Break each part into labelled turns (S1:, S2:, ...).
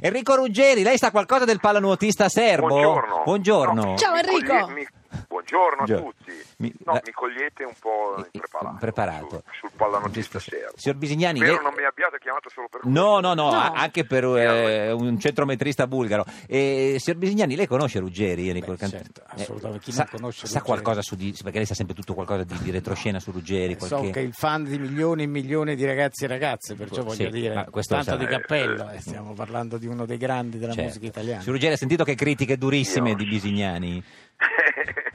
S1: Enrico Ruggeri, lei sa qualcosa del pallanuotista serbo?
S2: Buongiorno.
S1: Buongiorno.
S2: No, mi-
S3: Ciao,
S2: mi
S3: Enrico.
S2: coglie- mi- Buongiorno a
S1: Buongiorno.
S2: tutti.
S1: Mi-
S2: No,
S1: la-
S2: mi cogliete un po'
S1: Eh, eh,
S2: impreparato,
S1: preparato.
S2: Sul, sul pallanotista serbo.
S1: Signor Bisignani,
S2: Spero
S1: lei-
S2: non mi abbiate chiamato solo per questo.
S1: No, no, no,
S3: No.
S1: a- anche per eh,
S2: Eh,
S1: un centrometrista bulgaro. Eh, signor Bisignani, lei conosce Ruggeri? Enrico
S4: Beh,
S1: Can-
S4: certo,
S1: eh,
S4: assolutamente. Chi
S1: sa,
S4: non conosce
S1: sa
S4: Ruggeri?
S1: qualcosa su di... perché lei sa sempre tutto qualcosa di, di retroscena su Ruggeri.
S4: Eh, So
S1: qualche-
S4: che è il fan di milioni e milioni di ragazzi e ragazze, perciò
S1: Sì,
S4: voglio
S1: ma
S4: dire,
S1: questo lo
S4: tanto
S1: sa.
S4: di cappello, eh, stiamo parlando di uno dei grandi della
S1: Certo.
S4: musica italiana.
S1: Signor Ruggeri, ha sentito che critiche durissime
S2: Io-
S1: di Bisignani?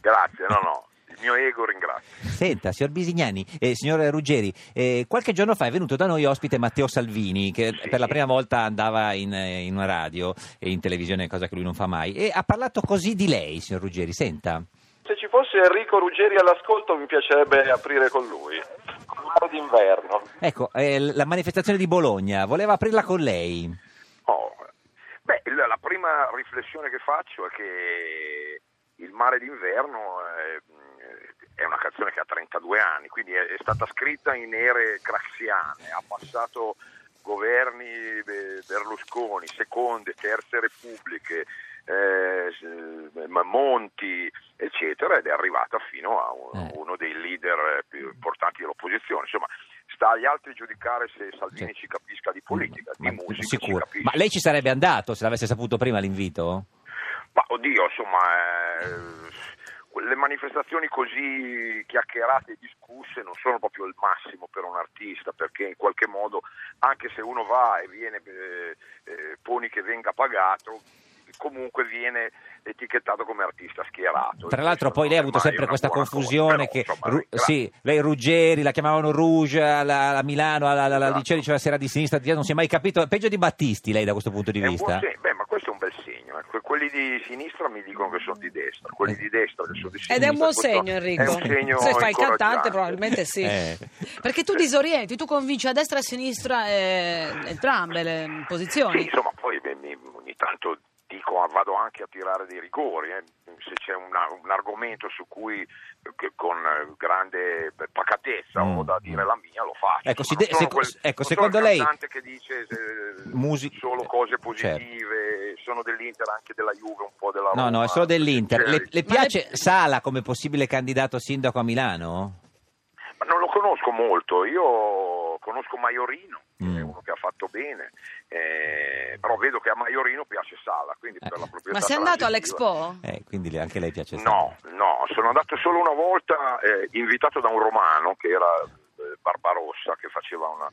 S2: Grazie, no, no. Il mio ego ringrazio.
S1: Senta, signor Bisignani, eh, signor Ruggeri, eh, qualche giorno fa è venuto da noi ospite Matteo Salvini, che
S2: Sì.
S1: per la prima volta andava in, eh, in una radio e in televisione, cosa che lui non fa mai, e ha parlato così di lei, signor Ruggeri, senta.
S5: Se ci fosse Enrico Ruggeri all'ascolto mi piacerebbe aprire con lui. Come d'inverno.
S1: Ecco, eh, la manifestazione di Bologna, voleva aprirla con lei.
S2: Oh, Beh, la la prima riflessione che faccio è che Il mare d'inverno eh, è, una canzone che ha 32 anni, quindi è, è stata scritta in ere craxiane, ha passato governi eh, Berlusconi, seconde, terze repubbliche, eh, s- ma- Monti, eccetera, ed è arrivata fino a un-
S1: Eh.
S2: uno dei leader più importanti dell'opposizione. Insomma, sta agli altri giudicare se Salvini
S1: Sì.
S2: ci capisca di politica,
S1: Cioè, Ma-
S2: di musica, ci
S1: sicuro.
S2: capisca.
S1: Ma lei ci sarebbe andato se l'avesse saputo prima l'invito?
S2: Ma oddio, insomma, eh, le manifestazioni così chiacchierate e discusse non sono proprio il massimo per un artista, perché in qualche modo, anche se uno va e viene, eh, eh, poni che venga pagato, comunque viene etichettato come artista schierato.
S1: Tra l'altro
S2: Questo
S1: poi lei ha
S2: Cioè, non
S1: avuto
S2: è mai
S1: sempre
S2: una
S1: questa
S2: buona cosa,
S1: confusione
S2: però,
S1: che
S2: insomma,
S1: Ru-
S2: grazie.
S1: sì, lei Ruggeri la chiamavano Rouge alla- a Milano, alla, alla, al
S2: Esatto.
S1: liceo diceva se era di sinistra, di destra, non si è mai capito, peggio di Battisti lei da questo punto di
S2: È un
S1: vista.
S2: buon segno. Beh, ma questo è un bel segno. eh. Que- Quelli di sinistra mi dicono che sono di destra, quelli
S1: Eh.
S2: di destra che sono di sinistra.
S3: Ed è un buon
S2: Questo
S3: segno, Enrico.
S2: È un segno
S3: Se fai il cantante,
S2: incoraggiante.
S3: probabilmente sì.
S1: Eh.
S3: Perché tu disorienti, tu convinci a destra e a sinistra eh, entrambe le mm,
S2: Sì,
S3: posizioni.
S2: insomma, poi beh, mi- ogni tanto dico, ah, vado anche a tirare dei rigori, eh. se c'è una- un argomento su cui eh, che con eh, grande beh, pacatezza
S1: Mm.
S2: ho da dire la mia, lo faccio.
S1: Ecco, si
S2: Non
S1: de-
S2: sono
S1: seco- ecco,
S2: non sono
S1: secondo
S2: il
S1: lei-
S2: cantante che dice eh,
S1: Musi-
S2: solo cose
S1: Certo.
S2: positive, sono dell'Inter, anche della Juve, un po' della
S1: No, no,
S2: Roma,
S1: è solo dell'Inter.
S2: cioè,
S1: Le, le
S3: Ma le-
S1: piace Sala come possibile candidato sindaco a Milano?
S2: Ma non lo conosco molto, io conosco Maiorino, che è
S1: Mm.
S2: uno che ha fatto bene, eh, però vedo che a Maiorino piace Sala, quindi per la proprietà
S3: Ma sei andato
S2: transitiva-
S3: all'Expo?
S1: Eh, quindi le- anche lei piace
S2: No,
S1: Sala.
S2: no, sono andato solo una volta eh, invitato da un romano che era eh, Barbarossa che faceva una,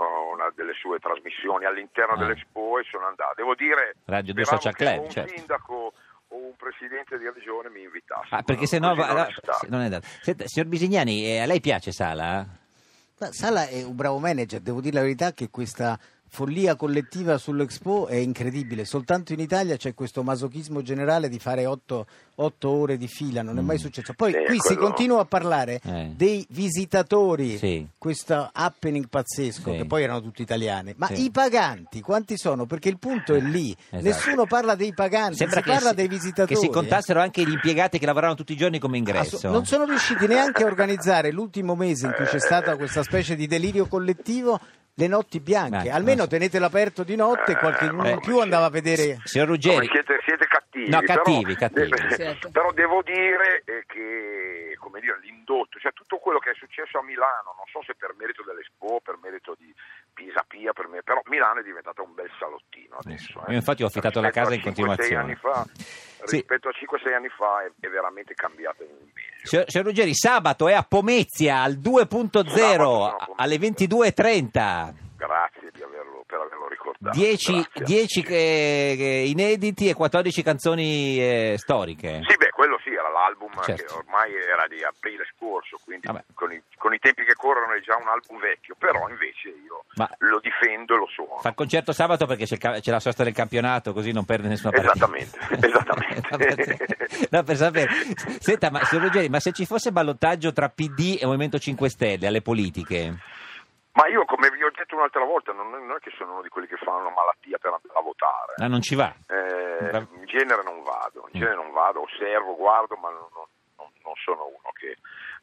S2: una delle sue trasmissioni all'interno
S1: Ah.
S2: dell'Expo e sono andato. Devo dire
S1: Radio due
S2: speravo
S1: Social
S2: che
S1: Club,
S2: un
S1: certo.
S2: sindaco o un presidente di regione mi invitasse.
S1: Ah, perché se no...
S2: Così
S1: va-
S2: non è
S1: allora-
S2: stato.
S1: se- non è andato. Senta, signor Bisignani, eh, a lei piace Sala?
S4: Ma Sala è un bravo manager, devo dire la verità che questa follia collettiva sull'Expo è incredibile, soltanto in Italia c'è questo masochismo generale di fare otto, otto ore di fila, non è mai successo. Poi
S2: Eh,
S4: qui si
S2: quello-
S4: continua a parlare
S1: Eh.
S4: dei visitatori,
S1: Sì.
S4: questo happening pazzesco,
S1: Sì.
S4: che poi erano tutti italiani, ma
S1: Sì.
S4: i paganti quanti sono? Perché il punto è lì,
S1: Esatto.
S4: nessuno parla dei paganti, si parla
S1: si-
S4: dei visitatori.
S1: che si
S4: eh.
S1: contassero anche gli impiegati che lavoravano tutti i giorni come ingresso.
S4: Asso- Non sono riusciti neanche a organizzare l'ultimo mese in cui c'è stata questa specie di delirio collettivo. Le notti bianche,
S1: Bianche,
S4: almeno
S1: non so.
S4: tenetelo aperto di notte,
S2: Eh,
S4: qualche uno
S2: ma
S4: in
S2: come
S4: più
S2: si-
S4: andava a vedere.
S1: Signor
S2: Come
S1: Ruggeri,
S2: siete, siete cattivi.
S1: No,
S2: però-
S1: cattivi, cattivi.
S2: eh,
S3: Certo.
S2: Però devo dire eh, che come dire, l'indotto, cioè tutto quello che è successo a Milano, non so se per merito dell'Expo, per merito di Pisa Pia, per me- però Milano è diventata un bel salottino adesso. eh.
S1: Io infatti ho affittato la
S2: Rispetto
S1: casa
S2: a
S1: in
S2: 5-6
S1: continuazione.
S2: anni fa-
S1: Sì.
S2: Rispetto a 5-6 anni fa è, è veramente cambiata in meglio.
S1: signor, signor Ruggeri, sabato è a Pomezia al 2.0
S2: Sabato sono a
S1: alle
S2: Pomezia.
S1: 22.30.
S2: Grazie di averlo, per averlo ricordato.
S1: 10,
S2: Grazie.
S1: inediti e 14 canzoni eh, storiche.
S2: Sì, beh, quello sì, era l'album
S1: Certo.
S2: che ormai era di aprile scorso, quindi
S1: Vabbè.
S2: con i, con i tempi che corrono è già un album vecchio, però invece io
S1: Ma-
S2: lo difendo e lo suono.
S1: Fa il concerto sabato perché c'è, il ca- c'è la sosta del campionato, così non perde nessuna partita.
S2: Esattamente, esattamente.
S1: no, per, no, per sapere. Senta, ma signor Ruggeri, ma se ci fosse ballottaggio tra PD e Movimento 5 Stelle alle politiche?
S2: Ma io, come vi ho detto un'altra volta, non, non è che sono uno di quelli che fanno una malattia per andare a votare.
S1: Ah, non ci va.
S2: Eh,
S1: Bra- Mm.
S2: in genere non vado, in genere non vado, osservo, guardo, ma non, non- non sono uno che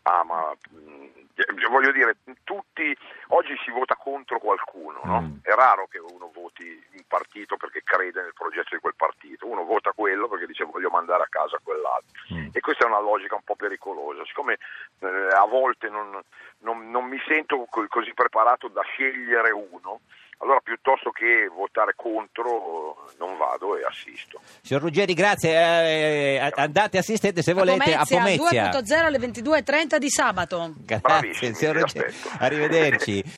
S2: ama. mh, eh, Voglio dire, tutti oggi si vota contro qualcuno, no?
S1: Mm.
S2: È raro che uno voti in partito perché crede nel progetto di quel partito, uno vota quello perché dice voglio mandare a casa quell'altro.
S1: Mm.
S2: E questa è una logica un po' pericolosa, siccome eh, a volte non, non- non mi sento co- così preparato da scegliere uno, allora piuttosto che votare contro eh, non vado e assisto.
S1: Signor Ruggeri, grazie. eh, andate, assistete se volete a Pomezia.
S3: 2.0 alle 22.30 di sabato.
S1: Grazie,
S2: Bravissimi,
S1: signor
S2: vi
S1: Ruggeri.
S2: aspetto.
S1: Arrivederci.